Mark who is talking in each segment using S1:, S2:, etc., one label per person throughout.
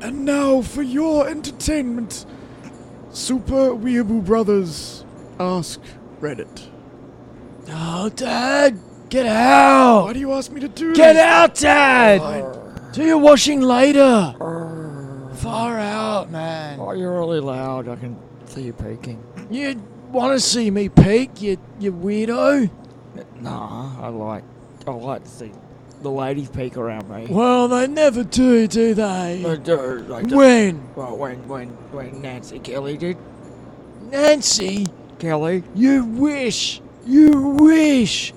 S1: And now for your entertainment, Super Weeaboo Brothers Ask Reddit.
S2: Oh, Dad, get out!
S1: Why do you ask me to do
S2: Get
S1: this?
S2: out, Dad!
S1: Fine.
S2: Do your washing later. Far out, man.
S3: Oh, you're really loud. I can see you peeking.
S2: You want to see me peek, you you weirdo?
S3: Nah, I like I like to see the ladies peek around me.
S2: Well, they never do, do they?
S3: They do. They do.
S2: When
S3: Well, when when when Nancy Kelly did
S2: Nancy,
S3: Kelly.
S2: you wish, you wish.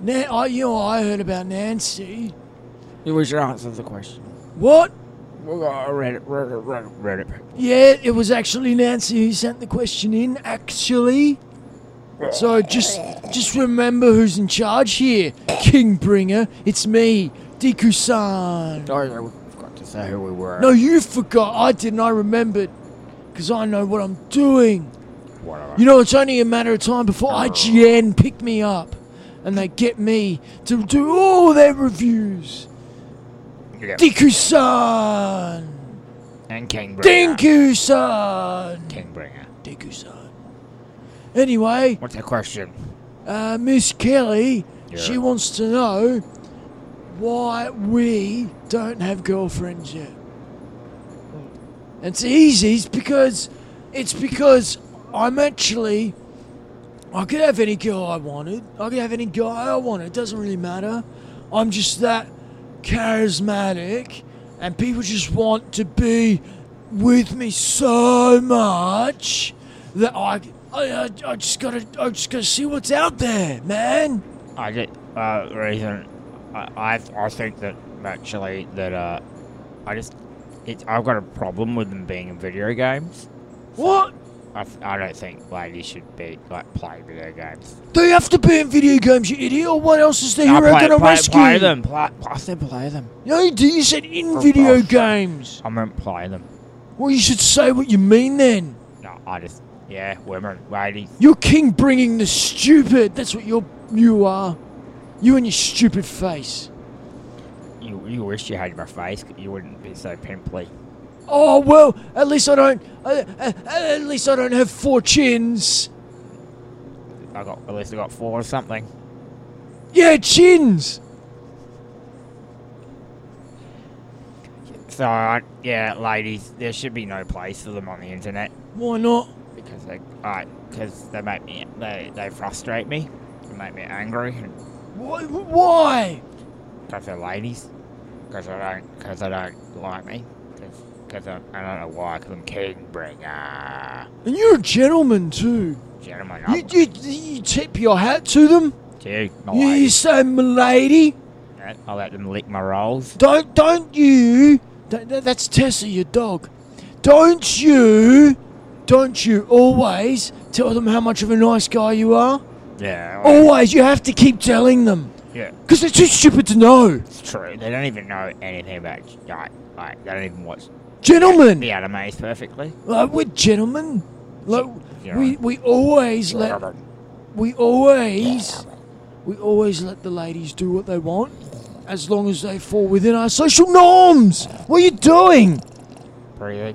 S2: Now, I, you know, I heard about Nancy.
S3: We should answer the question.
S2: What?
S3: Well, I read it. Read it. Read it. Read it.
S2: Yeah, it was actually Nancy who sent the question in, actually. So just just remember who's in charge here, Kingbringer. It's me, Deku-san.
S3: Oh yeah, we forgot to say who we were.
S2: No, you forgot. I didn't. I remembered. Because I know what I'm doing.
S3: Whatever.
S2: You know, it's only a matter of time before IGN pick me up. And they get me to do all their reviews.
S3: Yeah.
S2: Deku-san!
S3: and Kingbringer.
S2: Dinku-san!
S3: Kingbringer.
S2: Deku-san. Anyway,
S3: What's the question?
S2: uh, Miss Kelly, she
S3: Yeah.
S2: wants to know why we don't have girlfriends yet. It's easy. It's because it's because I'm actually I could have any girl I wanted. I could have any guy I wanted. It doesn't really matter. I'm just that charismatic, and people just want to be with me so much that I I, I, I just gotta I just gotta see what's out there, man.
S3: I get uh, reason. I, I I think that actually that uh, I just it I've got a problem with them being in video games.
S2: What?
S3: I, th- I don't think ladies should be like playing video games.
S2: They have to be in video games, you idiot, or what else is there?
S3: No,
S2: You're
S3: play,
S2: gonna
S3: play,
S2: rescue.
S3: play them. Play, I said play them.
S2: No, you did. You said in
S3: Oh,
S2: video
S3: gosh.
S2: games.
S3: I meant play them.
S2: Well, you should say what you mean then.
S3: No, I just yeah, women, ladies.
S2: You're king bringing the stupid. That's what you're. You are. You and your stupid face.
S3: You you wish you had my face. You wouldn't be so pimply.
S2: Oh well. At least I don't. Uh, uh, at least I don't have four chins.
S3: I got at least I got four or something.
S2: Yeah, chins.
S3: So I yeah, ladies, there should be no place for them on the internet.
S2: Why not?
S3: because they because they make me they, they frustrate me, they make me angry
S2: Why? Why?
S3: because they're ladies, because they don't because they don't like me, because I, I don't know why because I'm king bringer
S2: And you're a gentleman too.
S3: gentlemen.
S2: You, you, you tip your hat to them.
S3: Dude, my
S2: You, you
S3: ladies.
S2: say, "Milady,
S3: Yeah, I let them lick my rolls.
S2: don't don't you don't, that- that's tessa your dog don't you don't you always tell them how much of a nice guy you are
S3: Oh, Yeah, I-
S2: always you have to keep telling them
S3: yeah,
S2: because they're too stupid to know
S3: it's true. They don't even know anything about like, like they don't even watch
S2: gentlemen
S3: the animes perfectly.
S2: like we're gentlemen like
S3: Yeah.
S2: we, we always let we always we always let the ladies do what they want as long as they fall within our social norms what are you doing
S3: Breathing.